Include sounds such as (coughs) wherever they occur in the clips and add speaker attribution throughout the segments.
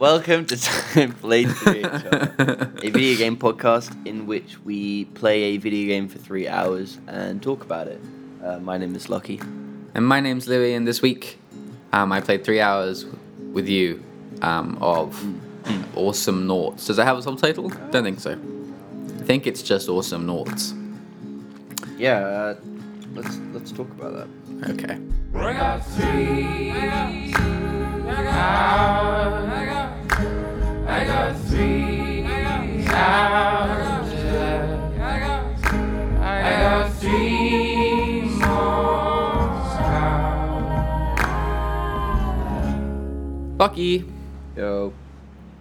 Speaker 1: Welcome to Time Played 3 (laughs) a video game podcast in which we play a video game for three hours and talk about it. Uh, my name is Lucky.
Speaker 2: And my name's Louis, and this week um, I played three hours with you um, of Awesome Noughts. Does it have a subtitle? Don't think so. I think it's just Awesome Noughts.
Speaker 1: Yeah, uh, let's let's talk about that.
Speaker 2: Okay. Bucky,
Speaker 1: Yo.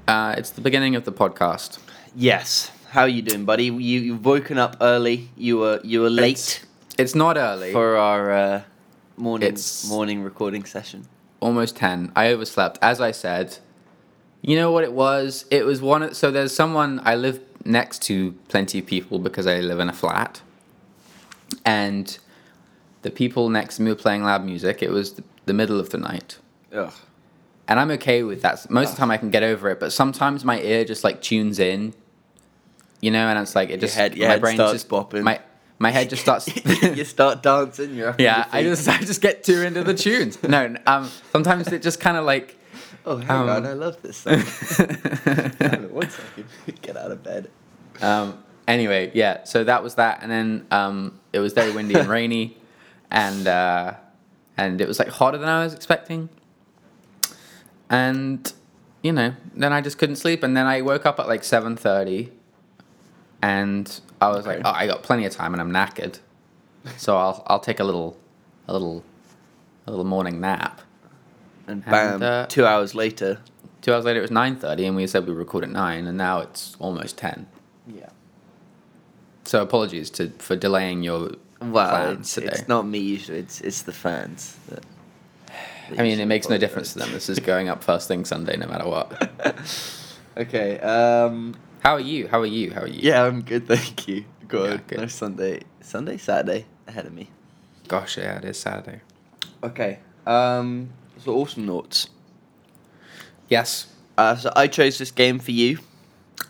Speaker 2: uh, it's the beginning of the podcast.
Speaker 1: Yes. How are you doing, buddy? You you've woken up early. You were you were late
Speaker 2: It's, it's not early.
Speaker 1: for our uh, morning
Speaker 2: It's-
Speaker 1: morning recording session.
Speaker 2: almost 10 i overslept as i said you know what it was it was one of- so there's someone i live next to plenty of people because i live in a flat and the people next to me were playing loud music it was th- the middle of the night
Speaker 1: Ugh.
Speaker 2: and i'm okay with that most of the time i can get over it but sometimes my ear just like tunes in you know and it's like it just
Speaker 1: head- your
Speaker 2: my
Speaker 1: head starts
Speaker 2: just
Speaker 1: bopping.
Speaker 2: my, my head just starts
Speaker 1: (laughs) you start dancing. You're up on
Speaker 2: (laughs) yeah
Speaker 1: your
Speaker 2: i
Speaker 1: feet.
Speaker 2: just i just get too into the tunes no n- um sometimes it just kind of like
Speaker 1: Oh, hang
Speaker 2: um,
Speaker 1: on! I love this. Song. (laughs) Hang on One second. (laughs) Get out of bed.
Speaker 2: (laughs) um, anyway, yeah, so that was that, and then um, it was very windy and rainy, and uh, and it was like hotter than I was expecting, and you know, then I just couldn't sleep, and then I woke up at like seven thirty, and I was like,
Speaker 1: Okay.
Speaker 2: oh, I got plenty of time, and I'm knackered, so I'll I'll take a little, a little, a little morning nap.
Speaker 1: And bam,
Speaker 2: uh,
Speaker 1: two hours later.
Speaker 2: Two hours later, it was nine thirty, and we said we record at nine, and now it's almost ten.
Speaker 1: Yeah.
Speaker 2: So apologies to for delaying your
Speaker 1: Well,
Speaker 2: plans
Speaker 1: it's,
Speaker 2: today.
Speaker 1: it's not me usually. It's it's the fans. That, that
Speaker 2: I mean,
Speaker 1: usually
Speaker 2: it makes no
Speaker 1: apologise.
Speaker 2: difference to them. This is going up first thing Sunday, no matter what.
Speaker 1: (laughs) Okay. Um.
Speaker 2: How are you? How are you? How are you?
Speaker 1: Yeah, I'm good. (laughs) Thank you. Good.
Speaker 2: good.
Speaker 1: Nice Sunday. Sunday, Saturday ahead of me.
Speaker 2: Gosh, yeah, it is Saturday.
Speaker 1: Okay. Um. So awesome notes.
Speaker 2: Yes.
Speaker 1: Uh, so I chose this game for you.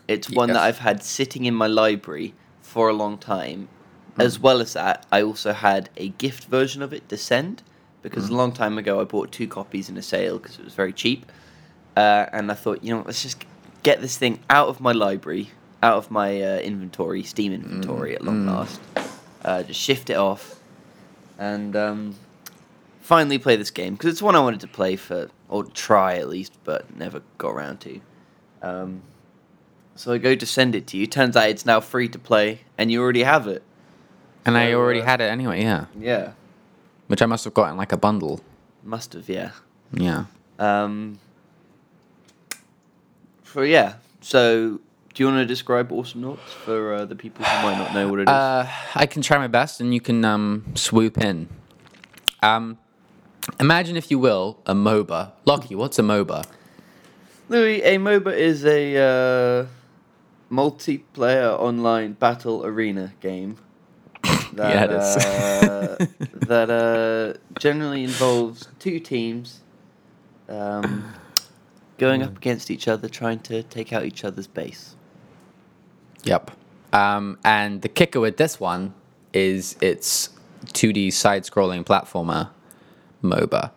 Speaker 1: It's one that
Speaker 2: Yes.
Speaker 1: I've had sitting in my library for a long time. As well as that, I also had a gift version of it, Descend, because a long time ago I bought two copies in a sale because it was very cheap. Uh, and I thought, you know, what, let's just get this thing out of my library, out of my uh, inventory, Steam inventory at long
Speaker 2: mm.
Speaker 1: last. Uh, just shift it off, and um, finally play this game because it's one I wanted to play for or try at least, but never got around to. Um, so I go to send it to you. Turns out it's now free to play, and you already have it.
Speaker 2: And I
Speaker 1: So,
Speaker 2: already
Speaker 1: uh,
Speaker 2: had it anyway, yeah.
Speaker 1: Yeah,
Speaker 2: Which I must have gotten like a bundle.
Speaker 1: must have. Yeah.
Speaker 2: Yeah.
Speaker 1: Um, so yeah. So do you want to describe Awesome Noughts for uh, the people who might not know what it is?
Speaker 2: Uh, I can try my best and you can um, swoop in. Um, imagine, if you will, a MOBA. Lockie, what's a MOBA?
Speaker 1: Louis, a MOBA is a uh, multiplayer online battle arena
Speaker 2: (laughs)
Speaker 1: game.
Speaker 2: Yeah, it is. (laughs)
Speaker 1: Uh, that uh, generally involves two teams um, going up against each other, trying to take out each other's base.
Speaker 2: Yep. Um, and the kicker with this one is it's 2D side scrolling platformer MOBA.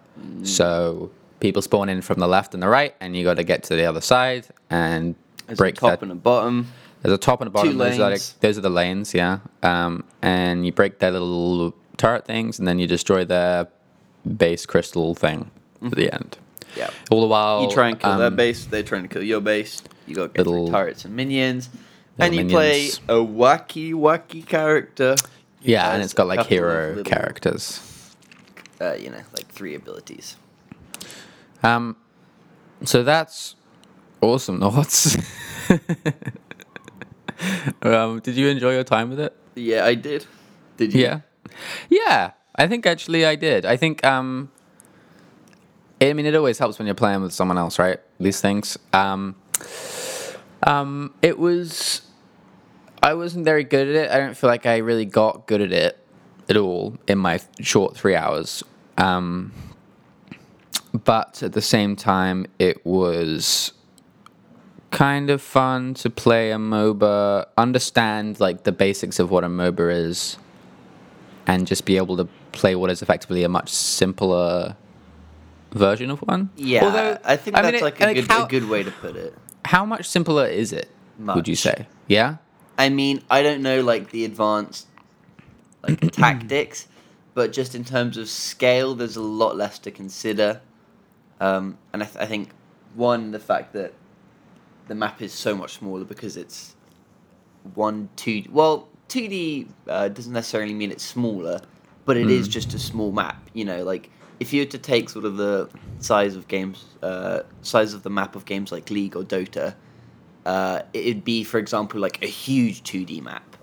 Speaker 2: So people spawn in from the left and the right, and you got to get to the other side and
Speaker 1: There's
Speaker 2: break
Speaker 1: a top
Speaker 2: that.
Speaker 1: and a bottom.
Speaker 2: There's a top and a bottom.
Speaker 1: Two
Speaker 2: those, are
Speaker 1: lanes.
Speaker 2: the, those are the lanes, yeah. Um, and you break their little turret things, and then you destroy their base crystal thing at the end.
Speaker 1: Yeah.
Speaker 2: All the while.
Speaker 1: Mm-hmm. You try and kill their
Speaker 2: um,
Speaker 1: base, they're trying to kill your base. You got to get through
Speaker 2: Little-
Speaker 1: turrets and minions. And
Speaker 2: little
Speaker 1: you
Speaker 2: minions.
Speaker 1: play a wacky, wacky character. who
Speaker 2: Yeah, and
Speaker 1: has
Speaker 2: it's
Speaker 1: a
Speaker 2: got like
Speaker 1: couple of
Speaker 2: hero
Speaker 1: little-
Speaker 2: characters.
Speaker 1: uh, you know, like three abilities.
Speaker 2: Um, so that's awesome. Noughts. (laughs) um, did you enjoy your time with it?
Speaker 1: Yeah, I did. Did you?
Speaker 2: Yeah, yeah. I think actually I did. I think um, I mean it always helps when you're playing with someone else, right? These things. Um, um, it was. I wasn't very good at it. I don't feel like I really got good at it at all in my short three hours. Um, but at the same time, it was kind of fun to play a MOBA, understand like the basics of what a MOBA is, and just be able to play what is effectively a much simpler version of one.
Speaker 1: Yeah,
Speaker 2: Although,
Speaker 1: I think that's
Speaker 2: mean, it-
Speaker 1: like, a, good,
Speaker 2: how,
Speaker 1: a good way to put it.
Speaker 2: How much simpler is it? Would you
Speaker 1: Much.
Speaker 2: say? Yeah.
Speaker 1: I mean, I don't know like the advanced like tactics, but just in terms of scale, there's a lot less to consider. Um, and I, th- I think one, the fact that the map is so much smaller because it's one two well two D uh, doesn't necessarily mean it's smaller, but it is just a small map. You know, like if you were to take sort of the size of games, uh, size of the map of games like League or Dota, uh, it'd be for example like a huge two D map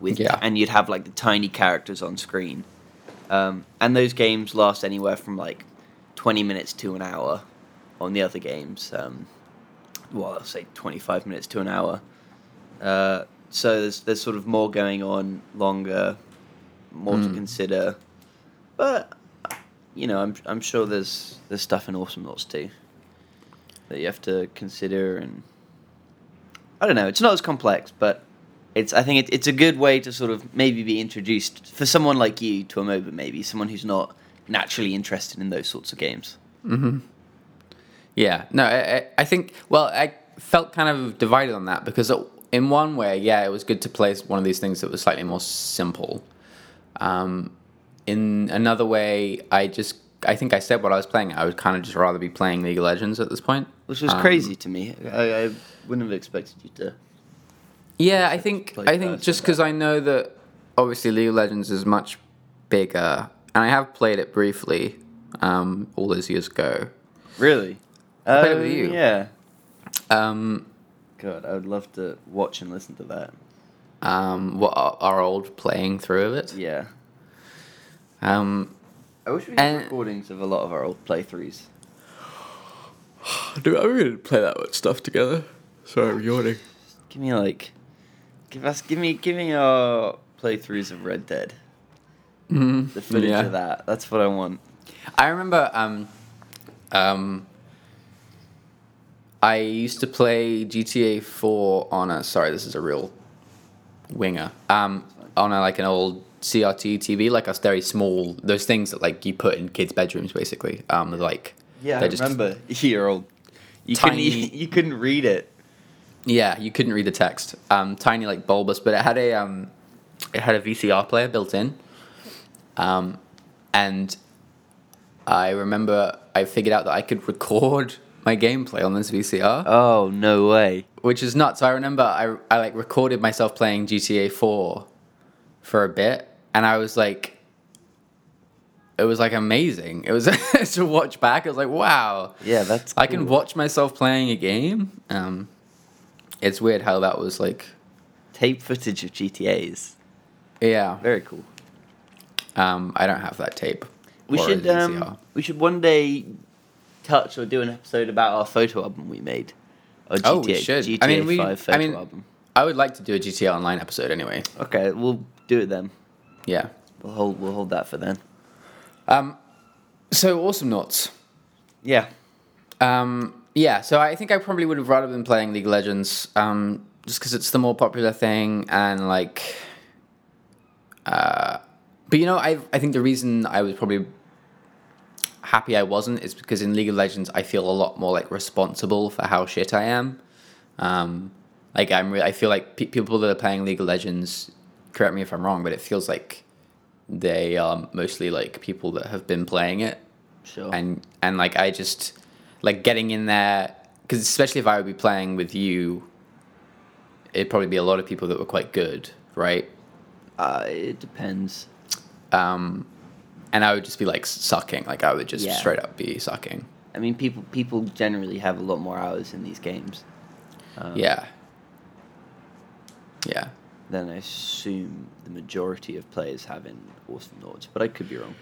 Speaker 1: with
Speaker 2: Yeah.
Speaker 1: and you'd have like the tiny characters on screen. Um, and those games last anywhere from like 20 minutes to an hour on the other games. Um, well, I'll say 25 minutes to an hour. Uh, so there's, there's sort of more going on, longer, more to consider. But, you know, I'm, I'm sure there's, there's stuff in Awesome Lots too that you have to consider and I don't know. It's not as complex, but it's. I think it, it's a good way to sort of maybe be introduced for someone like you to a MOBA, maybe someone who's not naturally interested in those sorts of games.
Speaker 2: Yeah, no, I, I- I think, well, I felt kind of divided on that because, it, in one way, yeah, it was good to play one of these things that was slightly more simple. Um, in another way, I just, I think I said what I was playing. I would kind of just rather be playing League of Legends at this point.
Speaker 1: Which was
Speaker 2: Um,
Speaker 1: crazy to me. I, I wouldn't have expected you to.
Speaker 2: Yeah, I think,
Speaker 1: like
Speaker 2: I think
Speaker 1: first
Speaker 2: just because I know that obviously League of Legends is much bigger, and I have played it briefly um, all those years ago.
Speaker 1: Really?
Speaker 2: played it with
Speaker 1: Oh,
Speaker 2: you.
Speaker 1: Yeah.
Speaker 2: Um,
Speaker 1: God, I would love to watch and listen to that.
Speaker 2: um, what our, our old playing through of it.
Speaker 1: Yeah.
Speaker 2: Um,
Speaker 1: I wish we had
Speaker 2: And-
Speaker 1: recordings of a lot of our old playthroughs.
Speaker 2: do I really play that stuff together? Sorry, I'm yawning.
Speaker 1: Give me like, give us, give me, give me our playthroughs of Red Dead. The footage
Speaker 2: yeah.
Speaker 1: of that. That's what I want.
Speaker 2: I remember um, um, I used to play GTA 4 on a. Sorry, this is a real winger. Um, on a, like an old CRT TV, like a very small. Those things that like you put in kids' bedrooms, basically. Um, with, like
Speaker 1: Yeah, I
Speaker 2: they're just-
Speaker 1: remember. (laughs) Year old. You
Speaker 2: Tiny-
Speaker 1: couldn't e- (laughs) you couldn't read it.
Speaker 2: Yeah, you couldn't read the text. Um, tiny like bulbous, but it had a um, it had a VCR player built in. Um, and I remember I figured out that I could record my gameplay on this VCR,
Speaker 1: Oh no way.
Speaker 2: which is nuts. So I remember I I like recorded myself playing GTA Four for a bit, and I was like, it was like amazing. It was (laughs) to watch back. It was like wow.
Speaker 1: Yeah, that's.
Speaker 2: I can watch myself playing a game. Um, it's weird how that was like,
Speaker 1: tape footage of GTA's.
Speaker 2: yeah.
Speaker 1: Very cool.
Speaker 2: Um, I don't have that tape.
Speaker 1: We
Speaker 2: or a
Speaker 1: should um,
Speaker 2: VCR.
Speaker 1: we should one day touch or do an episode about our photo album we made. Our GTA,
Speaker 2: oh, we should.
Speaker 1: GTA
Speaker 2: I mean, we.
Speaker 1: Five
Speaker 2: I
Speaker 1: photo
Speaker 2: mean,
Speaker 1: album.
Speaker 2: I would like to do a GTA Online episode anyway.
Speaker 1: Okay, we'll do it then.
Speaker 2: Yeah.
Speaker 1: We'll hold we'll hold that for then.
Speaker 2: Um, so awesome nuts.
Speaker 1: Yeah.
Speaker 2: Um, yeah. So I think I probably would have rather been playing League of Legends, um, just because it's the more popular thing and like. Uh, but you know, I I think the reason I was probably happy I wasn't is because in League of Legends I feel a lot more like responsible for how shit I am. Um, like I'm, re- I feel like pe- people that are playing League of Legends. Correct me if I'm wrong, but it feels like they are mostly like people that have been playing it
Speaker 1: Sure.
Speaker 2: and and like I just like getting in there because especially if I would be playing with you, it'd probably be a lot of people that were quite good, right?
Speaker 1: uh, it depends.
Speaker 2: Um, and I would just be like sucking, like I would just
Speaker 1: Yeah.
Speaker 2: straight up be sucking.
Speaker 1: I mean, people people generally have a lot more hours in these games
Speaker 2: Yeah, yeah.
Speaker 1: than I assume the majority of players have in Awesome Lords, but I could be wrong.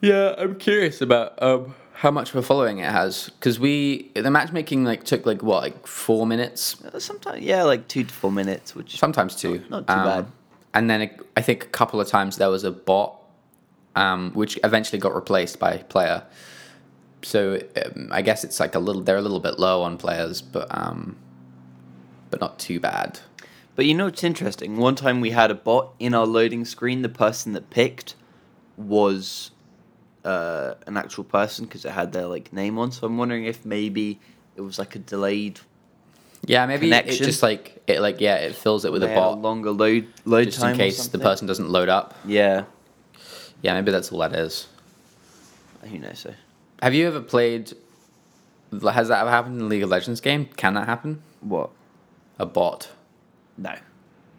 Speaker 2: Yeah, I'm curious about um, how much of a following it has because we the matchmaking like took like what like four minutes
Speaker 1: Uh, Sometimes, yeah, like two to four minutes, which
Speaker 2: sometimes two.
Speaker 1: Not- not too bad.
Speaker 2: And then it, I think a couple of times there was a bot, um, which eventually got replaced by player. So um, I guess it's like a little they're a little bit low on players, but um, but not too bad.
Speaker 1: But you know what's interesting? One time we had a bot in our loading screen. The person that picked was uh, an actual person because it had their like name on. So I'm wondering if maybe it was like a delayed,
Speaker 2: Yeah, maybe
Speaker 1: Connection.
Speaker 2: it just like it like yeah, it fills it with
Speaker 1: they
Speaker 2: a
Speaker 1: had
Speaker 2: bot
Speaker 1: uh, longer load load
Speaker 2: just
Speaker 1: time.
Speaker 2: in
Speaker 1: or
Speaker 2: case the
Speaker 1: something.
Speaker 2: person doesn't load up.
Speaker 1: Yeah,
Speaker 2: Yeah, maybe that's all that is.
Speaker 1: who knows? So
Speaker 2: Have you ever played? Has that ever happened in a League of Legends game? Can that happen?
Speaker 1: what?
Speaker 2: A bot.
Speaker 1: No,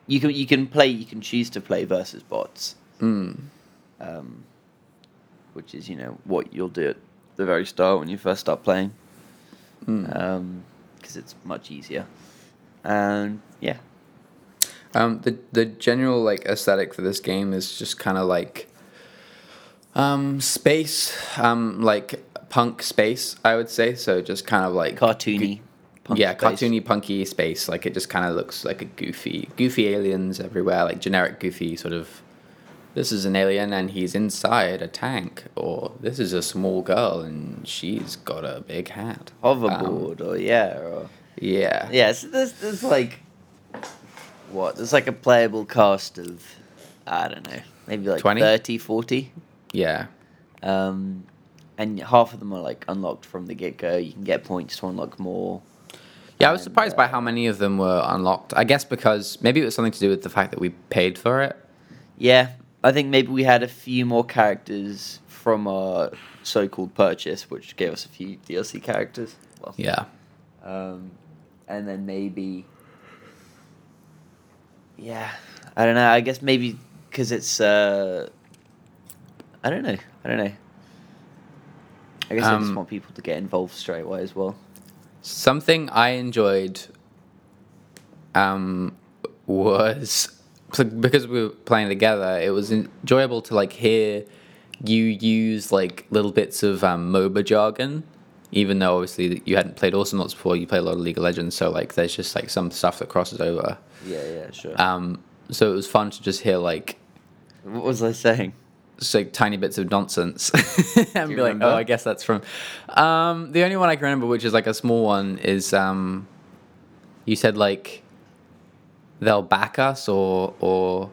Speaker 1: you can you can play. You can choose to play versus bots,
Speaker 2: Mm.
Speaker 1: um, which is you know what you'll do at the very start when you first start playing,
Speaker 2: Mm.
Speaker 1: because it's much easier. And yeah,
Speaker 2: Um, the the general like aesthetic for this game is just kind of like um, space, um, like punk space, I would say. So just kind of like
Speaker 1: cartoony. punk
Speaker 2: yeah,
Speaker 1: space.
Speaker 2: cartoony, punky space. Like it just kind of looks like a goofy, goofy aliens everywhere. Like generic goofy sort of. This is an alien and he's inside a tank, or this is a small girl and she's got a big hat. Um,
Speaker 1: hoverboard or yeah or
Speaker 2: yeah.
Speaker 1: yeah so there's, there's like what there's like a playable cast of i don't know maybe like
Speaker 2: 20?
Speaker 1: 30 40
Speaker 2: Yeah.
Speaker 1: um, and half of them are like unlocked from the get-go you can get points to unlock more
Speaker 2: Yeah, I was
Speaker 1: And,
Speaker 2: surprised by how many of them were unlocked. I guess because maybe it was something to do with the fact that we paid for it.
Speaker 1: yeah i think maybe we had a few more characters from our so-called purchase which gave us a few dlc characters well,
Speaker 2: Yeah.
Speaker 1: Um, and then maybe, yeah, I don't know. I guess maybe because it's, uh, I don't know. I don't know. I guess I just
Speaker 2: Um,
Speaker 1: want people to get involved straight away as well.
Speaker 2: Something I enjoyed um, was because we were playing together. It was enjoyable to like hear you use like little bits of um, MOBA jargon, even though obviously you hadn't played Awesome Lots before. You play a lot of League of Legends, so like there's just like some stuff that crosses over.
Speaker 1: Yeah, yeah, sure.
Speaker 2: Um, so it was fun to just hear like
Speaker 1: Uh, what was I saying?
Speaker 2: just like tiny bits of nonsense (laughs) and be
Speaker 1: you
Speaker 2: like,
Speaker 1: remember?
Speaker 2: oh, I guess that's from. Um, the only one I can remember, which is like a small one, is um, you said like they'll back us or or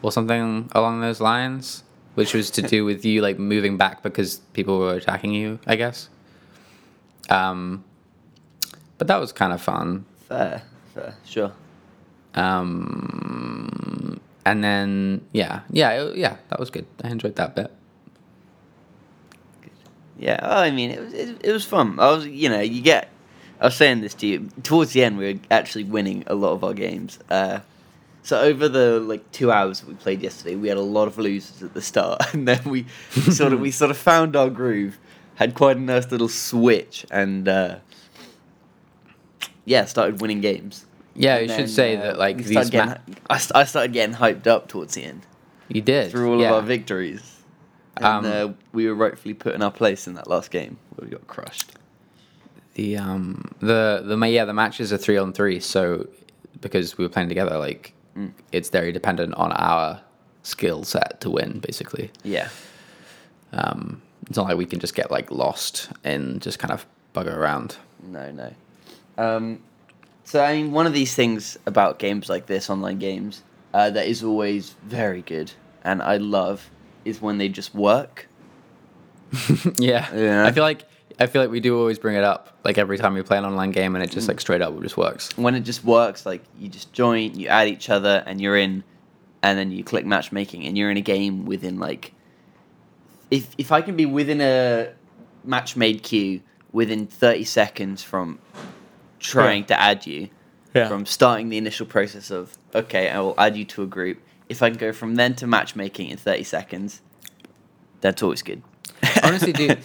Speaker 2: or something along those lines, which was to do with you like moving back because people were attacking you, I guess. Um, but that was kind of fun.
Speaker 1: Fair, fair, sure.
Speaker 2: Um, and then yeah, yeah, it- yeah, that was good. I enjoyed that bit.
Speaker 1: Yeah, well, I mean, it was it, it was fun. I was, you know, you get. I was saying this to you towards the end. We were actually winning a lot of our games. Uh, so over the like two hours that we played yesterday, we had a lot of losers at the start, (laughs) and then we sort of we sort of found our groove, had quite a nice little switch, and uh, yeah, started winning games.
Speaker 2: Yeah,
Speaker 1: And
Speaker 2: you
Speaker 1: then,
Speaker 2: should say
Speaker 1: uh,
Speaker 2: that like
Speaker 1: we
Speaker 2: these
Speaker 1: started
Speaker 2: ma-
Speaker 1: getting, I, st- I started getting hyped up towards the end
Speaker 2: you did
Speaker 1: through all
Speaker 2: yeah.
Speaker 1: of our victories. And
Speaker 2: Um,
Speaker 1: uh, we were rightfully put in our place in that last game where we got crushed.
Speaker 2: the um the the ma- yeah the matches are three on three so because we were playing together like
Speaker 1: Mm.
Speaker 2: it's very dependent on our skill set to win basically.
Speaker 1: Yeah.
Speaker 2: Um, it's not like we can just get like lost and just kind of bugger around. (laughs)
Speaker 1: No, no. Um, so, I mean, one of these things about games like this, online games, uh, that is always very good and I love is when they just work.
Speaker 2: yeah.
Speaker 1: Yeah.
Speaker 2: I feel like I feel like we do always bring it up like every time we play an online game and it
Speaker 1: Mm.
Speaker 2: just like straight up
Speaker 1: (laughs)
Speaker 2: just works.
Speaker 1: When it just works, like you just join, you add each other, and you're in, and then you click matchmaking, and you're in a game within like. If, if I can be within a match made queue within 30 seconds from trying to add you, from starting the initial process of okay, I will add you to a group. If I can go from then to matchmaking in thirty seconds, that's always good. (laughs)
Speaker 2: Honestly, dude,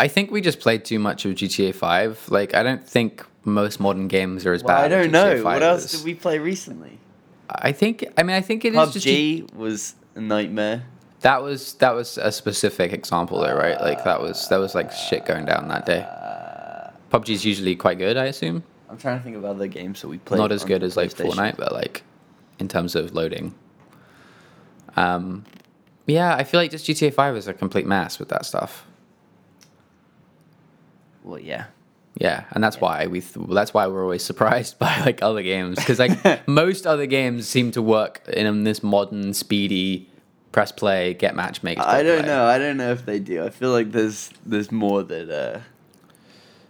Speaker 2: I think we just played too much of GTA Five. Like, I don't think most modern games are as
Speaker 1: Well,
Speaker 2: bad.
Speaker 1: I
Speaker 2: as
Speaker 1: don't
Speaker 2: GTA
Speaker 1: know.
Speaker 2: 5
Speaker 1: What else
Speaker 2: is.
Speaker 1: did we play recently?
Speaker 2: I think. I mean, I think it is just
Speaker 1: PUBG was a nightmare.
Speaker 2: that was that was a specific example, though, right? Like that was that was like shit going down that day. PUBG is usually quite good, I assume.
Speaker 1: I'm trying to think of other games that we played.
Speaker 2: Not as
Speaker 1: on
Speaker 2: good as like
Speaker 1: PlayStation.
Speaker 2: Fortnite, but like in terms of loading. Um, yeah, I feel like just GTA Five is a complete mess with that stuff.
Speaker 1: Well, yeah.
Speaker 2: Yeah, and that's why we th- that's why we're always (laughs) surprised by like other games
Speaker 1: (laughs)
Speaker 2: because like most other games seem to work in um, this modern speedy press play get match make.
Speaker 1: I don't
Speaker 2: play.
Speaker 1: know. I don't know if they do. I feel like there's there's more that uh,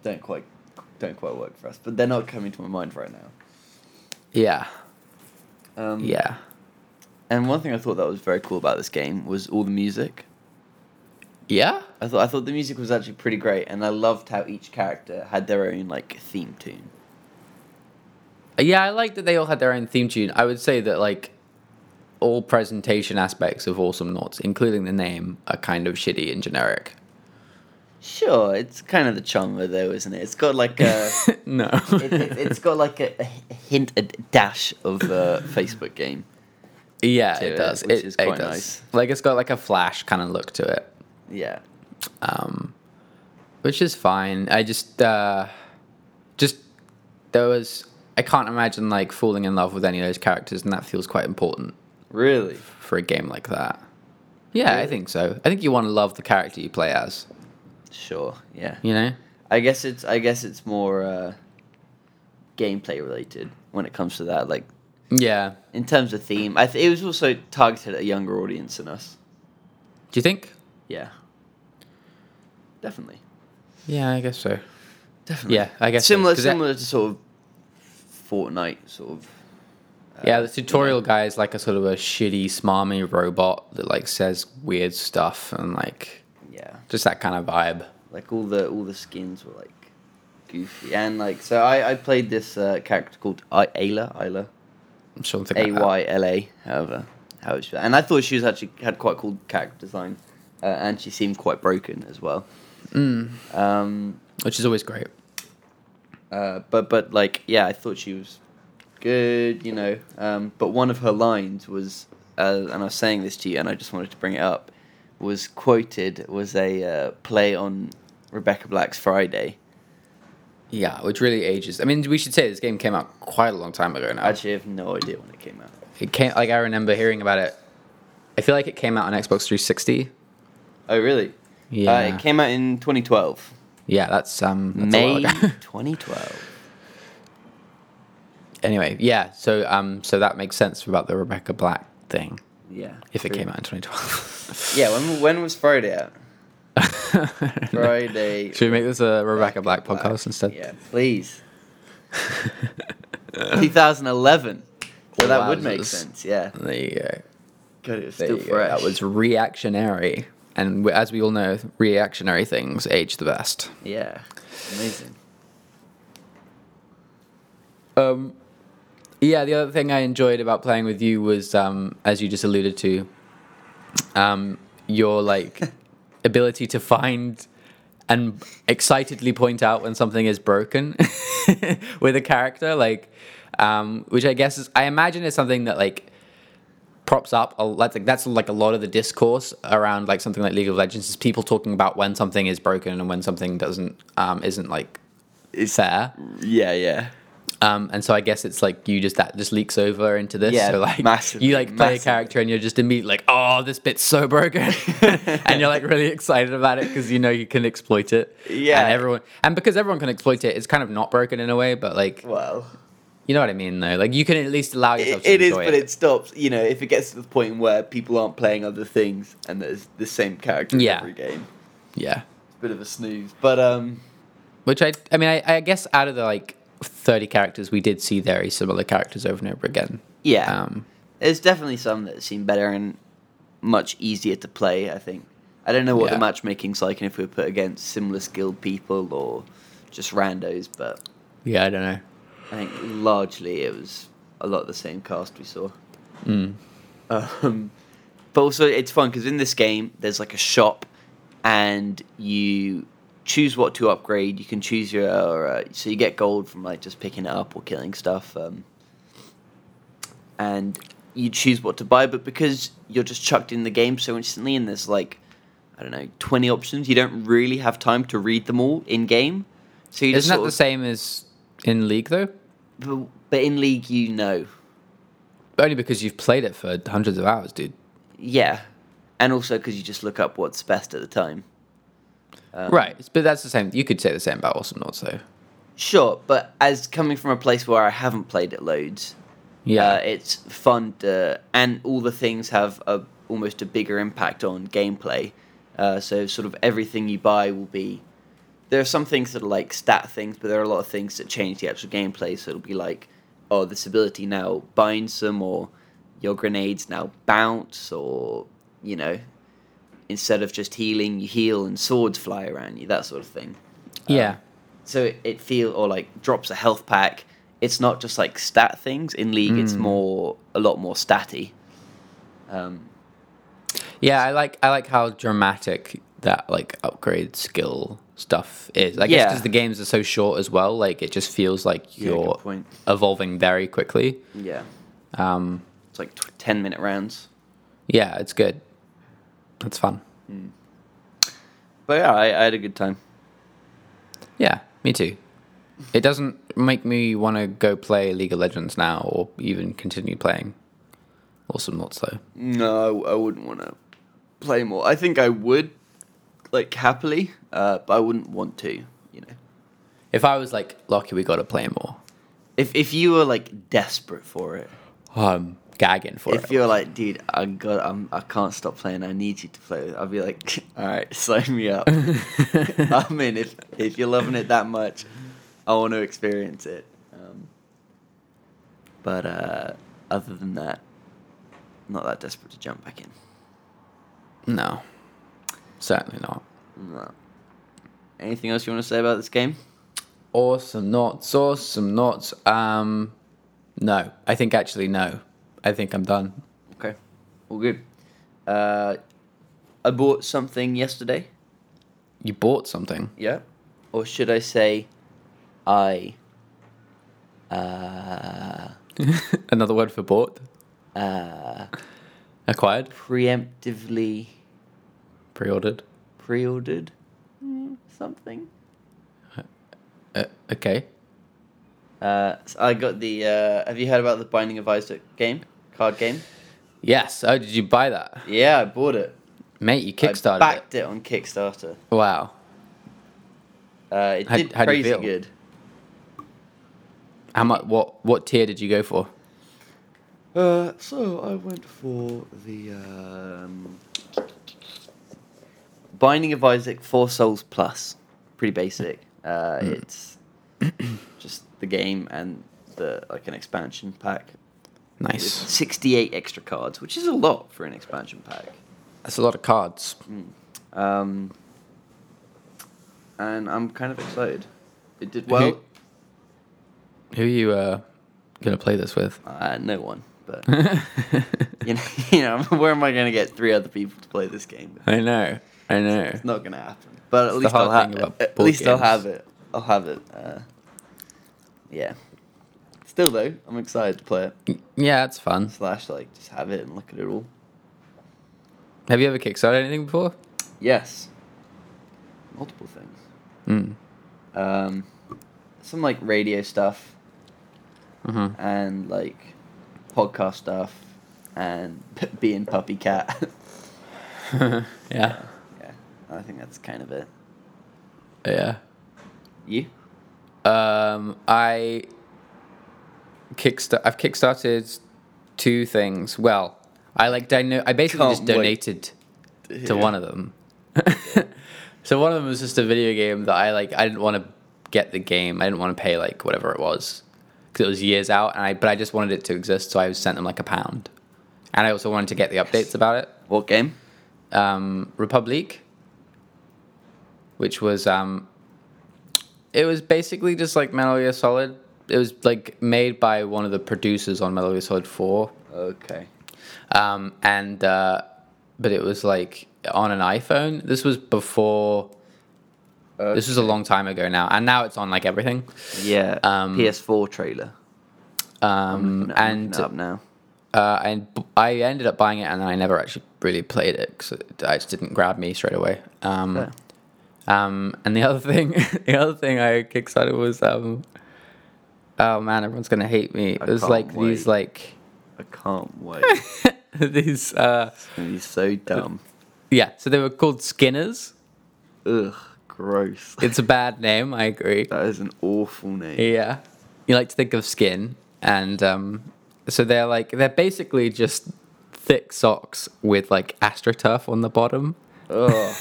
Speaker 1: don't quite don't quite work for us, but they're not coming to my mind right now.
Speaker 2: Yeah,
Speaker 1: Um,
Speaker 2: yeah,
Speaker 1: And one thing I thought that was very cool about this game was all the music.
Speaker 2: yeah.
Speaker 1: I thought I thought the music was actually pretty great, and I loved how each character had their own like theme tune.
Speaker 2: Yeah, I like that they all had their own theme tune. I would say that like all presentation aspects of Awesome Noughts, including the name, are kind of shitty and generic.
Speaker 1: Sure, it's kind of the charm of it though, isn't it? It's got like
Speaker 2: (laughs)
Speaker 1: a
Speaker 2: no.
Speaker 1: it, it, it's got like a, a hint, a dash of a Facebook game.
Speaker 2: (laughs) yeah,
Speaker 1: to
Speaker 2: it
Speaker 1: it,
Speaker 2: does.
Speaker 1: which
Speaker 2: it,
Speaker 1: is
Speaker 2: it
Speaker 1: quite
Speaker 2: does.
Speaker 1: nice.
Speaker 2: Like it's got like a flash kind of look to it.
Speaker 1: Yeah,
Speaker 2: um, which is fine. I just uh, just there was I can't imagine like falling in love with any of those characters, and that feels quite important
Speaker 1: really.
Speaker 2: for a game like that. Yeah, I
Speaker 1: Really?
Speaker 2: think so. I think you want to love the character you play as.
Speaker 1: Sure. Yeah.
Speaker 2: You know?
Speaker 1: I guess it's I guess it's more uh, gameplay related when it comes to that. Like
Speaker 2: Yeah.
Speaker 1: in terms of theme, I th- it was also targeted at a younger audience than us.
Speaker 2: Do you think?
Speaker 1: Yeah, definitely,
Speaker 2: Yeah, I guess so.
Speaker 1: definitely.
Speaker 2: Yeah, I guess so,
Speaker 1: similar
Speaker 2: 'cause that-
Speaker 1: similar to sort of Fortnite, sort of. uh,
Speaker 2: yeah, the tutorial guy is like a sort of a shitty, smarmy robot that like says weird stuff and like
Speaker 1: Yeah,
Speaker 2: just that kind of vibe.
Speaker 1: like all the all the skins were like goofy and like so. I I played this uh, character called I- Ayla Ayla
Speaker 2: I'm sure something
Speaker 1: A
Speaker 2: like that.
Speaker 1: Y L A, however, how it's and I thought she was actually had quite cool character design, uh, and she seemed quite broken as well.
Speaker 2: Mm.
Speaker 1: Um,
Speaker 2: which is always great.
Speaker 1: uh, but but like yeah, I thought she was good, you know. Um, but one of her lines was, uh, and I was saying this to you, and I just wanted to bring it up, was quoted was a uh, play on Rebecca Black's Friday.
Speaker 2: Yeah, which really ages. I mean, we should say this game came out quite a long time ago now.
Speaker 1: Actually, I have no idea when it came out.
Speaker 2: It came like I remember hearing about it. I feel like it came out on Xbox 360.
Speaker 1: Oh really? Uh,
Speaker 2: Yeah.
Speaker 1: it came out in 2012.
Speaker 2: Yeah, that's um that's a
Speaker 1: May
Speaker 2: while
Speaker 1: (laughs)
Speaker 2: ago. (laughs)
Speaker 1: 2012.
Speaker 2: anyway, yeah. So um so that makes sense about the Rebecca Black thing
Speaker 1: Yeah.
Speaker 2: if it
Speaker 1: True.
Speaker 2: came out in 2012.
Speaker 1: Yeah, when when was Friday out?
Speaker 2: I don't know.
Speaker 1: Friday.
Speaker 2: (laughs) Should we make this a Rebecca Black podcast instead?
Speaker 1: Yeah, please. 2011. So that would make
Speaker 2: Wowzers.
Speaker 1: sense. Yeah.
Speaker 2: There you go.
Speaker 1: God, it was
Speaker 2: There
Speaker 1: still
Speaker 2: you go.
Speaker 1: fresh.
Speaker 2: That was reactionary. And we- as we all know, reactionary things age the best.
Speaker 1: yeah, amazing.
Speaker 2: Um, yeah, the other thing I enjoyed about playing with you was, um, as you just alluded to, um, your like ability to find and excitedly point out when something is broken (laughs) with a character, like, um, which I guess is, I imagine is something that like props up. A, that's like that's like a lot of the discourse around like something like League of Legends is people talking about when something is broken and when something doesn't um, isn't like
Speaker 1: It's-
Speaker 2: fair.
Speaker 1: Yeah, yeah.
Speaker 2: Um, and so I guess it's like you just that just leaks over into this.
Speaker 1: Yeah,
Speaker 2: so like
Speaker 1: massively,
Speaker 2: you like play
Speaker 1: massively.
Speaker 2: a character and you're just immediately like, oh, this bit's
Speaker 1: (laughs)
Speaker 2: so broken, and you're like really excited about it because you know you can exploit it.
Speaker 1: Yeah.
Speaker 2: and everyone and because everyone can exploit it, it's kind of not broken in a way, but like
Speaker 1: Well,
Speaker 2: you know what I mean though. Like you can at least allow
Speaker 1: it,
Speaker 2: yourself to
Speaker 1: it is,
Speaker 2: enjoy
Speaker 1: but it stops. You know, if it gets to the point where people aren't playing other things and there's the same character in
Speaker 2: Yeah.
Speaker 1: every game,
Speaker 2: yeah.
Speaker 1: it's a bit of a snooze. But um,
Speaker 2: Which I I mean I, I guess out of the like thirty characters, we did see very similar characters over and over again.
Speaker 1: yeah,
Speaker 2: Um,
Speaker 1: There's definitely some that seem better and much easier to play, I think. I don't know what
Speaker 2: Yeah.
Speaker 1: the matchmaking's like and if we were put against similar skilled people or just randos, but
Speaker 2: yeah, I don't know.
Speaker 1: I think largely it was a lot of the same cast we saw.
Speaker 2: Hmm.
Speaker 1: Um, but also, it's fun because in this game, there's like a shop and you choose what to upgrade. You can choose your. Uh, so you get gold from like just picking it up or killing stuff. Um, and you choose what to buy, but because you're just chucked in the game so instantly, and there's like, I don't know, 20 options, you don't really have time to read them all in game. So you just
Speaker 2: Isn't that
Speaker 1: sort
Speaker 2: the
Speaker 1: of-
Speaker 2: same as in League though?
Speaker 1: but, but in league, you know,
Speaker 2: Only because you've played it for hundreds of hours, dude.
Speaker 1: yeah, and also because you just look up what's best at the time. Uh,
Speaker 2: right, but that's the same. You could say the same about Awesome Noughts, though.
Speaker 1: Sure, but as coming from a place where I haven't played it loads,
Speaker 2: Yeah.
Speaker 1: uh, it's fun to, and all the things have a, almost a bigger impact on gameplay. Uh, so sort of everything you buy will be. There are some things that are like stat things, but there are a lot of things that change the actual gameplay. So it'll be like, oh, this ability now binds them, or your grenades now bounce, or you know, instead of just healing, you heal and swords fly around you, that sort of thing
Speaker 2: yeah.
Speaker 1: um, so it, it feel or like drops a health pack. It's not just like stat things in league. It's more a lot more statty. Um,
Speaker 2: Yeah, I like I like how dramatic that like upgrade skill stuff is. I guess
Speaker 1: Yeah.
Speaker 2: because the games are so short as well, like it just feels like
Speaker 1: Yeah, good
Speaker 2: you're
Speaker 1: point.
Speaker 2: evolving very quickly.
Speaker 1: yeah,
Speaker 2: Um,
Speaker 1: it's like tw- ten minute rounds.
Speaker 2: yeah, it's good. That's fun.
Speaker 1: But yeah, I, I had a good time.
Speaker 2: Yeah, me too. It doesn't make me want to go play League of Legends now or even continue playing. Awesome Nuts though.
Speaker 1: No, I wouldn't want to play more. I think I would like happily, uh, but I wouldn't want to. You know,
Speaker 2: If I was like, Lockie, we got to play more.
Speaker 1: if if you were like desperate for it,
Speaker 2: I'm gagging for
Speaker 1: if
Speaker 2: it.
Speaker 1: you're like, dude, I got, I'm, I can't stop playing. I need you to play. with it," I'll be like, (laughs) all right, sign me up. (laughs) I'm in. If if you're loving it that much, I want to experience it. Um, but uh, other than that, not that desperate to jump back in.
Speaker 2: (laughs) No, certainly not.
Speaker 1: No. Anything else you want to say about this game?
Speaker 2: Awesome knots, awesome knots. Um, no, I think actually no. I think I'm done.
Speaker 1: Okay, all good. Uh, I bought something yesterday.
Speaker 2: You bought something. (laughs)
Speaker 1: Yeah. Or should I say, I. Uh,
Speaker 2: Another word for bought.
Speaker 1: uh,
Speaker 2: Acquired.
Speaker 1: preemptively
Speaker 2: Pre-ordered.
Speaker 1: pre-ordered mm, something.
Speaker 2: Uh, okay.
Speaker 1: Uh, so I got the. Uh, have you heard about the Binding of Isaac game, card game?
Speaker 2: Yes. Oh, did you buy that,
Speaker 1: Yeah, I bought it.
Speaker 2: mate? You
Speaker 1: I
Speaker 2: kickstarted
Speaker 1: backed it. on Kickstarter.
Speaker 2: it. Wow.
Speaker 1: Uh, it
Speaker 2: How-
Speaker 1: did
Speaker 2: how do you
Speaker 1: crazy
Speaker 2: feel?
Speaker 1: good.
Speaker 2: How much? What? What tier did you go for?
Speaker 1: Uh, so I went for the um, Binding of Isaac Four Souls Plus. Pretty basic. Uh,
Speaker 2: Hmm.
Speaker 1: It's (coughs) just the game and the like an expansion pack. with
Speaker 2: Nice.
Speaker 1: Sixty-eight extra cards, which is a lot for an expansion pack.
Speaker 2: That's a lot of cards.
Speaker 1: Um, and I'm kind of excited. It did well.
Speaker 2: Who are you uh, gonna play this (laughs) with?
Speaker 1: Uh, no one, but (laughs) you know, you know, (laughs) where am I going to get three other people to play this game? with?
Speaker 2: (laughs) I know. I know.
Speaker 1: It's not gonna happen. But at
Speaker 2: It's the
Speaker 1: least
Speaker 2: hard
Speaker 1: I'll have
Speaker 2: thing
Speaker 1: it.
Speaker 2: about
Speaker 1: At
Speaker 2: board
Speaker 1: least I'll
Speaker 2: games.
Speaker 1: have it. I'll have it. Uh, yeah. Still though, I'm excited to play it.
Speaker 2: Yeah, it's fun.
Speaker 1: Slash, like, just have it and look at it all.
Speaker 2: Have you ever kickstarted anything before?
Speaker 1: Yes. Multiple things.
Speaker 2: Mm.
Speaker 1: Um, some like radio stuff
Speaker 2: Mhm.
Speaker 1: and like podcast stuff and (laughs) being puppy cat. (laughs)
Speaker 2: Yeah.
Speaker 1: yeah, I think that's kind of it.
Speaker 2: Yeah.
Speaker 1: You?
Speaker 2: Um, I kickstart. I've kickstarted two things. Well, I like. Dino- I basically
Speaker 1: Can't
Speaker 2: just
Speaker 1: wait
Speaker 2: donated to one of them. (laughs) so one of them was just a video game that I like. I didn't want to get the game. I didn't want to pay like whatever it was because it was years out. And I but I just wanted it to exist, so I sent them like a pound. And I also wanted to get the updates about it.
Speaker 1: What game?
Speaker 2: um, Republique, which was um, it was basically just like Metal Gear Solid. It was like made by one of the producers on Metal Gear Solid Four,
Speaker 1: Okay.
Speaker 2: um, and uh, but it was like on an iPhone. This was before. This
Speaker 1: Uh,
Speaker 2: was a long time ago now, and now it's on like everything.
Speaker 1: Yeah.
Speaker 2: Um,
Speaker 1: PS4 trailer.
Speaker 2: Um, and
Speaker 1: up now.
Speaker 2: uh, I I ended up buying it, and then I never actually really played it because it I just didn't grab me straight away. Um,
Speaker 1: Fair.
Speaker 2: Um, and the (laughs) other thing, the other thing I kickstarted was, um, oh man, everyone's gonna hate me. It was
Speaker 1: can't
Speaker 2: like
Speaker 1: wait.
Speaker 2: these, like (laughs)
Speaker 1: I can't wait. it's
Speaker 2: these, uh,
Speaker 1: gonna be so dumb.
Speaker 2: yeah. So they were called Skinners,
Speaker 1: Ugh, Gross. (laughs)
Speaker 2: It's a bad name, I agree.
Speaker 1: That is an awful name.
Speaker 2: Yeah. You like to think of skin and um so they're like they're basically just thick socks with like astroturf on the bottom. (laughs)
Speaker 1: Ugh.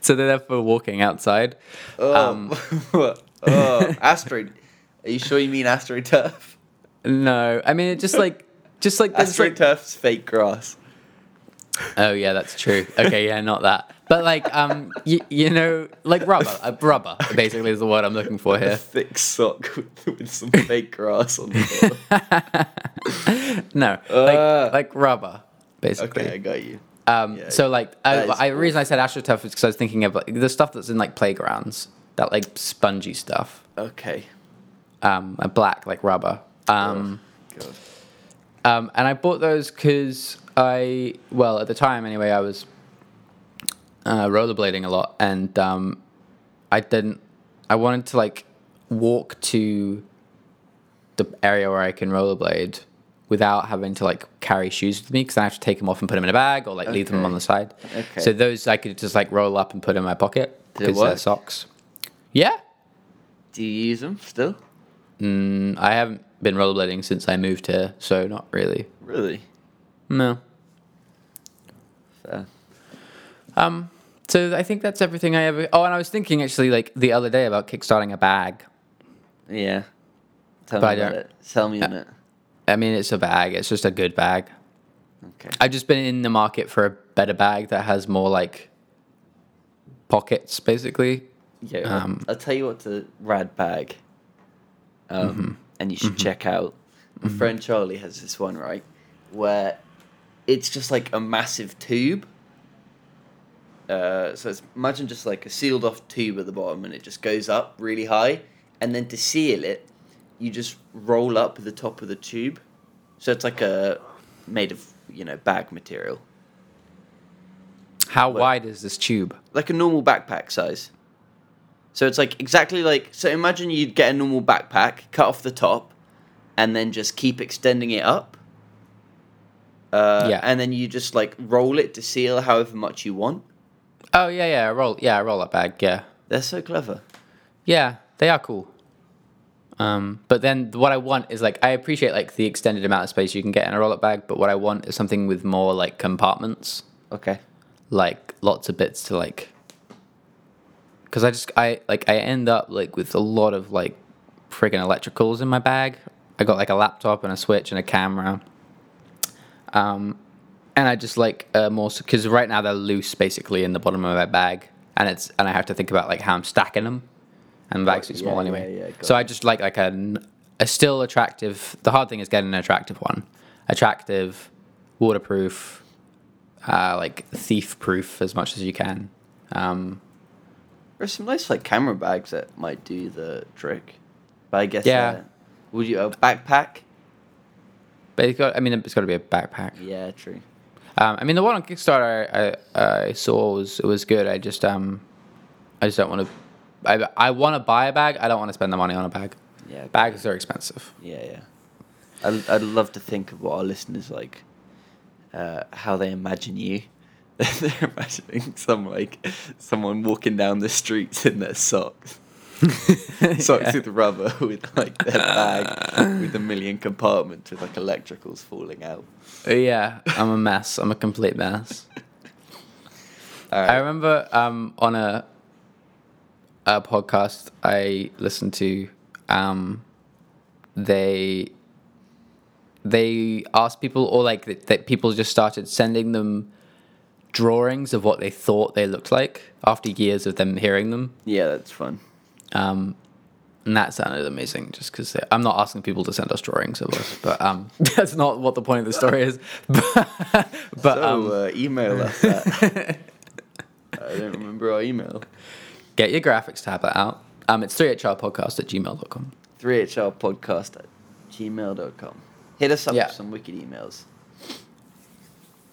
Speaker 2: So they're there for walking outside.
Speaker 1: (laughs) Um, oh, asteroid. Are you sure you mean AstroTurf?
Speaker 2: No, I mean it just like just
Speaker 1: (laughs)
Speaker 2: like there's like
Speaker 1: AstroTurf's fake grass.
Speaker 2: Oh yeah, that's true. Okay, yeah, not that. But like um you, you know like rubber, uh, rubber basically is the word I'm looking for
Speaker 1: A
Speaker 2: here.
Speaker 1: thick sock (laughs) with, with some fake grass on the (laughs) bottom.
Speaker 2: No.
Speaker 1: Uh.
Speaker 2: Like like rubber basically.
Speaker 1: Okay, I got you.
Speaker 2: Um,
Speaker 1: Yeah,
Speaker 2: so like, I,
Speaker 1: that is
Speaker 2: I, the reason I said AstroTurf is because I was thinking of like, the stuff that's in like playgrounds, that like spongy stuff,
Speaker 1: Okay.
Speaker 2: um, a black like rubber. Um,
Speaker 1: Oh, God.
Speaker 2: um, and I bought those because I, well, at the time anyway, I was uh, rollerblading a lot, and um, I didn't. I wanted to like walk to the area where I can rollerblade without having to like carry shoes with me because I have to take them off and put them in a bag or like leave them
Speaker 1: Okay.
Speaker 2: on the side.
Speaker 1: Okay.
Speaker 2: So those I could just like roll up and put in my pocket
Speaker 1: Did it
Speaker 2: because they're
Speaker 1: work?
Speaker 2: socks. Yeah,
Speaker 1: Do you use them still?
Speaker 2: Mm, I haven't been rollerblading since I moved here, so not really.
Speaker 1: Really?
Speaker 2: No.
Speaker 1: Fair.
Speaker 2: Um, so I think that's everything I ever. Oh, and I was thinking actually, like the other day about kickstarting a bag.
Speaker 1: Yeah. Tell
Speaker 2: But
Speaker 1: me
Speaker 2: I
Speaker 1: about
Speaker 2: don't-
Speaker 1: it. Tell me on it.
Speaker 2: I mean, it's a bag. It's just a good bag.
Speaker 1: Okay.
Speaker 2: I've just been in the market for a better bag that has more like pockets, basically.
Speaker 1: Yeah,
Speaker 2: Um,
Speaker 1: I'll, I'll tell you what's a rad bag. Um, And you should check out. My friend Charlie has this one, right? Where it's just like a massive tube. Uh, so it's, imagine just like a sealed off tube at the bottom and it just goes up really high. And then to seal it, you just roll up the top of the tube. So it's like a made of, you know, bag material.
Speaker 2: How wide is this tube?
Speaker 1: like a normal backpack size. So it's like exactly like so imagine you'd get a normal backpack, cut off the top, and then just keep extending it up. Uh,
Speaker 2: Yeah.
Speaker 1: And then you just like roll it to seal however much you want.
Speaker 2: Oh yeah, yeah, a roll, yeah, a roll up bag, yeah,
Speaker 1: They're so clever.
Speaker 2: yeah, they are cool. Um, but then what I want is like I appreciate like the extended amount of space you can get in a roll up bag, but what I want is something with more like compartments.
Speaker 1: Okay.
Speaker 2: like lots of bits to like because i just i like i end up like with a lot of like friggin electricals in my bag i got like a laptop and a switch and a camera um and i just like uh, more because right now they're loose basically in the bottom of my bag and it's and i have to think about like how i'm stacking them and the bag's too
Speaker 1: yeah,
Speaker 2: small
Speaker 1: yeah,
Speaker 2: anyway
Speaker 1: yeah, got
Speaker 2: so i just like like an, a still attractive the hard thing is getting an attractive one attractive waterproof uh, like thief proof as much as you can. Um,
Speaker 1: There's some nice like camera bags that might do the trick. But I guess
Speaker 2: Yeah.
Speaker 1: uh, would you a backpack?
Speaker 2: but it's got, I mean, it's got to be a backpack.
Speaker 1: Yeah, true.
Speaker 2: Um, I mean, the one on Kickstarter I, I, I saw was it was good. I just um, I just don't want to. I, I want to buy a bag. I don't want to spend the money on a bag.
Speaker 1: Yeah.
Speaker 2: Bags are expensive.
Speaker 1: Yeah, yeah. I'd, I'd love to think of what our listeners like, uh, how they imagine you. (laughs) They're imagining some like someone walking down the streets in their (laughs) socks, socks with rubber, (laughs) with like their bag with a million compartments with like electricals falling out.
Speaker 2: Yeah, I'm a mess. I'm a complete mess.
Speaker 1: All
Speaker 2: I
Speaker 1: right.
Speaker 2: remember um, on a a podcast I listened to, um, they they asked people, or like that, that people just started sending them drawings of what they thought they looked like after years of them hearing them,
Speaker 1: Yeah, that's fun.
Speaker 2: um, and that sounded amazing. Just because I'm not asking people to send us drawings of us, but um, (laughs) that's not what the point of the story is. (laughs) but but,
Speaker 1: So
Speaker 2: um,
Speaker 1: uh,
Speaker 2: (laughs)
Speaker 1: email us. That. I don't remember our email.
Speaker 2: get your graphics tablet out. Um, it's 3hrpodcast at gmail.com.
Speaker 1: 3HR podcast at gmail.com. Hit us up
Speaker 2: Yeah.
Speaker 1: with some wicked emails.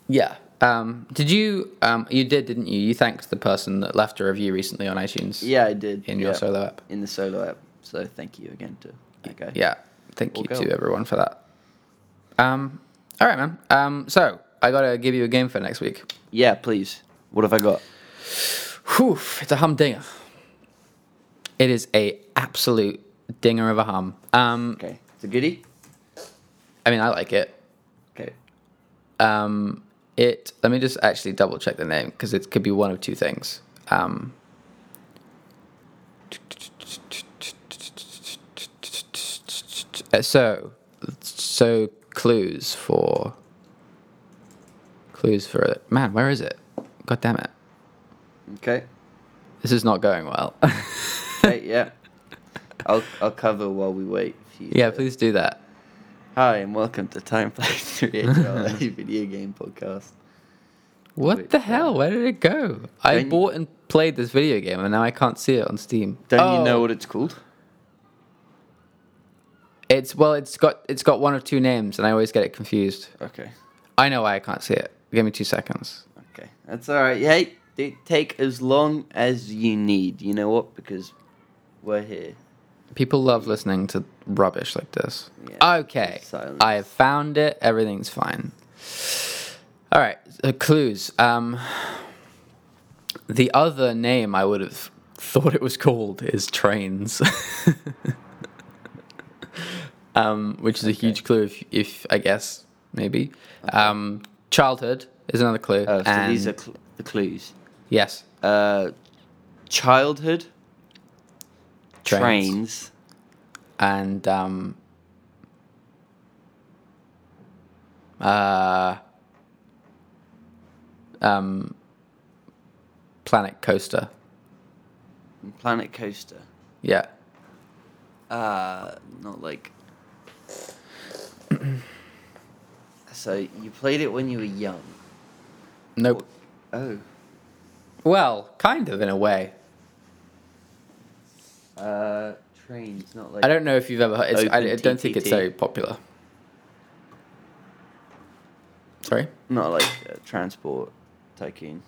Speaker 2: Yeah. Um, did you, um, you did, didn't you? You thanked the person that left a review recently on iTunes.
Speaker 1: Yeah, I did.
Speaker 2: In your
Speaker 1: yeah.
Speaker 2: solo app.
Speaker 1: in the solo app. So thank you again to that guy.
Speaker 2: Yeah. Thank you
Speaker 1: Well, go.
Speaker 2: to everyone for that. Um, all right, man. Um, so I got to give you a game for next week.
Speaker 1: Yeah, please. What have I got?
Speaker 2: Whew, it's a humdinger. It is a absolute dinger of a hum. Um,
Speaker 1: Okay, it's a goodie.
Speaker 2: I mean, I like it.
Speaker 1: Okay,
Speaker 2: Um, it. Let me just actually double check the name because it could be one of two things. Um, uh, so, so clues for clues for it. Man, where is it? God damn it!
Speaker 1: okay,
Speaker 2: This is not going well. (laughs)
Speaker 1: okay, yeah. I'll I'll cover while we wait. For you
Speaker 2: yeah,
Speaker 1: to-
Speaker 2: please do that.
Speaker 1: Hi and welcome to Time Flies 3
Speaker 2: (laughs)
Speaker 1: HLA video game podcast.
Speaker 2: What
Speaker 1: Wait,
Speaker 2: the hell? Where did it go? I
Speaker 1: Don't you-
Speaker 2: bought and played this video game, and now I can't see it on Steam.
Speaker 1: Don't
Speaker 2: Oh,
Speaker 1: you know what it's called?
Speaker 2: It's well, it's got it's got one of two names, and I always get it confused.
Speaker 1: Okay,
Speaker 2: I know why I can't see it. Give me two seconds.
Speaker 1: okay, that's all right. Hey, do- take as long as you need. You know what? Because we're here.
Speaker 2: People love listening to rubbish like this.
Speaker 1: Yeah,
Speaker 2: okay,
Speaker 1: silence.
Speaker 2: I have found it. Everything's fine. All right, uh, clues. Um, the other name I would have thought it was called is trains. (laughs) um, which is a huge clue, if, if I guess maybe. Um, childhood is another clue.
Speaker 1: Oh, so these are
Speaker 2: and-
Speaker 1: cl- the clues.
Speaker 2: yes,
Speaker 1: Uh, childhood
Speaker 2: Trains.
Speaker 1: trains.
Speaker 2: and um, uh, um, Planet Coaster.
Speaker 1: and Planet Coaster.
Speaker 2: Yeah,
Speaker 1: Uh, not like. (clears throat) so you played it when you were young.
Speaker 2: nope.
Speaker 1: Oh.
Speaker 2: Well, kind of in a way.
Speaker 1: Uh, trains, not like.
Speaker 2: I don't know if you've ever. Heard, it's, I, I don't think it's
Speaker 1: OpenTTT.
Speaker 2: so popular. Sorry.
Speaker 1: Not like uh, transport tycoon.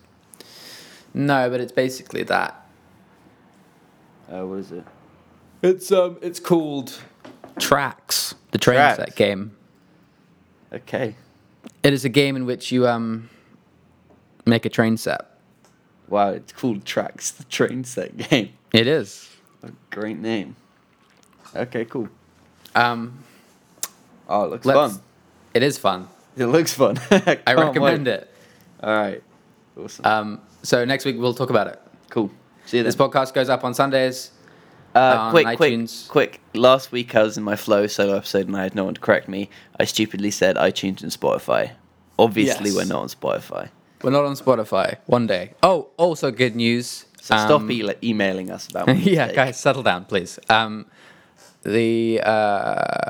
Speaker 2: No, but it's basically that.
Speaker 1: Uh, what is it?
Speaker 2: It's um, it's called Tracks. The train
Speaker 1: Trax.
Speaker 2: set game.
Speaker 1: Okay.
Speaker 2: It is a game in which you um, make a train set.
Speaker 1: Wow, it's called Tracks, the train set game.
Speaker 2: It is.
Speaker 1: A great name. Okay, cool.
Speaker 2: Um,
Speaker 1: Oh, it looks
Speaker 2: let's,
Speaker 1: fun. Oh,
Speaker 2: It is fun.
Speaker 1: It looks fun. (laughs)
Speaker 2: I recommend it.
Speaker 1: All right. Awesome.
Speaker 2: Um, so next week we'll talk about it.
Speaker 1: cool. See you then.
Speaker 2: This podcast goes up on Sundays.
Speaker 1: Uh,
Speaker 2: on
Speaker 1: quick, quick,
Speaker 2: iTunes.
Speaker 1: quick. Last week I was in my Flow solo episode and I had no one to correct me. I stupidly said iTunes and Spotify. Obviously,
Speaker 2: Yes.
Speaker 1: we're not on Spotify.
Speaker 2: We're not on Spotify. One day. Oh, also good news.
Speaker 1: So stop
Speaker 2: Um,
Speaker 1: e- emailing us
Speaker 2: (laughs)
Speaker 1: about my
Speaker 2: yeah,
Speaker 1: mistake.
Speaker 2: guys, settle down, please. Um, the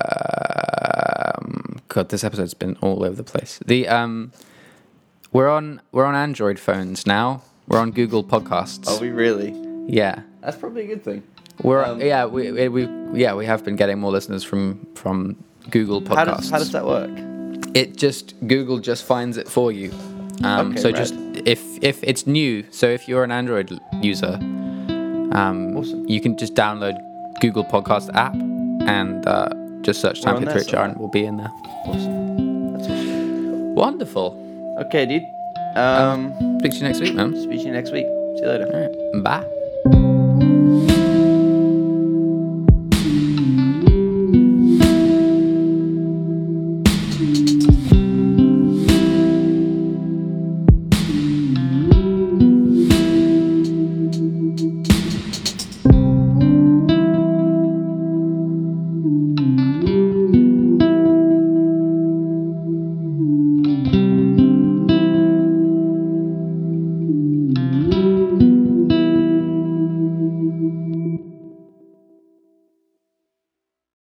Speaker 2: uh, um, God, this episode's been all over the place. The um, we're on we're on Android phones now. We're on Google Podcasts.
Speaker 1: Are we really?
Speaker 2: Yeah.
Speaker 1: That's probably a good thing.
Speaker 2: We're
Speaker 1: Um,
Speaker 2: yeah we, we we- yeah we have been getting more listeners from from Google podcasts.
Speaker 1: How does, how does that work?
Speaker 2: it just Google just finds it for you. Um,
Speaker 1: Okay,
Speaker 2: so
Speaker 1: rad.
Speaker 2: just if if it's new, so if you're an Android l- user, um,
Speaker 1: Awesome.
Speaker 2: you can just download Google Podcast app and uh, just search
Speaker 1: We're
Speaker 2: Time
Speaker 1: on
Speaker 2: for
Speaker 1: there
Speaker 2: Twitch and
Speaker 1: somewhere.
Speaker 2: we'll be in there.
Speaker 1: Awesome. That's awesome.
Speaker 2: Wonderful.
Speaker 1: Okay, dude. Um,
Speaker 2: Speak to you next week, man.
Speaker 1: speak to you next week. See you later.
Speaker 2: All right. Bye.